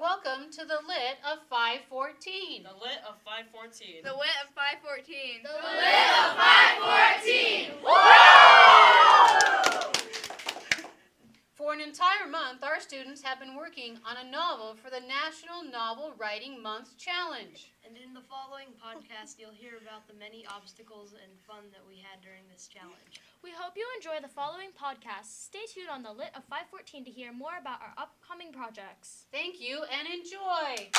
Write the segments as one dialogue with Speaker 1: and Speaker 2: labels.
Speaker 1: welcome to the lit of 514.
Speaker 2: The lit of 514.
Speaker 3: The wit of 514.
Speaker 1: The lit of 514. For an entire month, our students have been working on a novel for the National Novel Writing Month Challenge.
Speaker 4: And in the following podcast, you'll hear about the many obstacles and fun that we had during this challenge.
Speaker 5: We hope you enjoy the following podcast. Stay tuned on the Lit of 514 to hear more about our upcoming projects.
Speaker 1: Thank you and enjoy.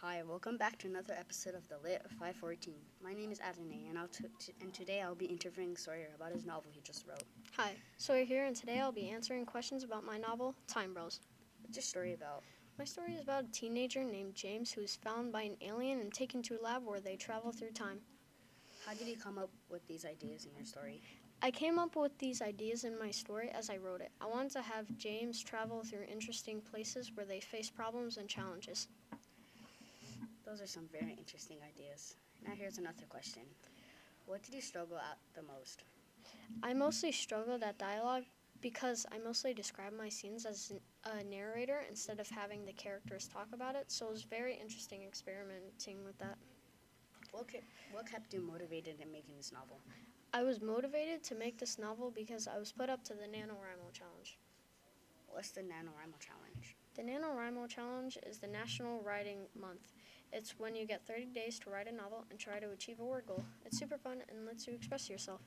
Speaker 6: Hi, welcome back to another episode of The Lit of 514. My name is Adonai, and, I'll t- t- and today I'll be interviewing Sawyer about his novel he just wrote.
Speaker 7: Hi, Sawyer here, and today I'll be answering questions about my novel, Time Bros.
Speaker 6: What's your story about?
Speaker 7: My story is about a teenager named James who is found by an alien and taken to a lab where they travel through time.
Speaker 6: How did you come up with these ideas in your story?
Speaker 7: I came up with these ideas in my story as I wrote it. I wanted to have James travel through interesting places where they face problems and challenges.
Speaker 6: Those are some very interesting ideas. Now, here's another question What did you struggle at the most?
Speaker 7: I mostly struggled at dialogue because I mostly described my scenes as n- a narrator instead of having the characters talk about it, so it was very interesting experimenting with that.
Speaker 6: What, ke- what kept you motivated in making this novel?
Speaker 7: I was motivated to make this novel because I was put up to the NaNoWriMo challenge.
Speaker 6: What's the NaNoWriMo challenge?
Speaker 7: The NaNoWriMo challenge is the National Writing Month. It's when you get 30 days to write a novel and try to achieve a word goal. It's super fun and lets you express yourself.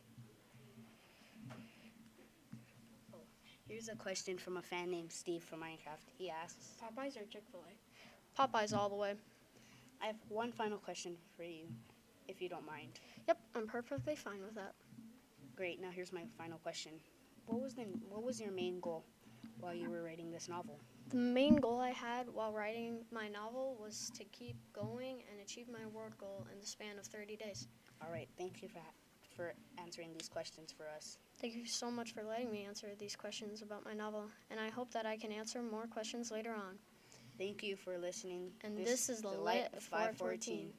Speaker 6: Here's a question from a fan named Steve from Minecraft. He asks
Speaker 7: Popeyes or Chick fil A? Popeyes all the way.
Speaker 6: I have one final question for you, if you don't mind.
Speaker 7: Yep, I'm perfectly fine with that.
Speaker 6: Great. Now here's my final question. What was the what was your main goal while you were writing this novel?
Speaker 7: The main goal I had while writing my novel was to keep going and achieve my word goal in the span of 30 days.
Speaker 6: All right. Thank you for ha- for answering these questions for us.
Speaker 7: Thank you so much for letting me answer these questions about my novel, and I hope that I can answer more questions later on.
Speaker 6: Thank you for listening.
Speaker 7: And this is the Light of 514.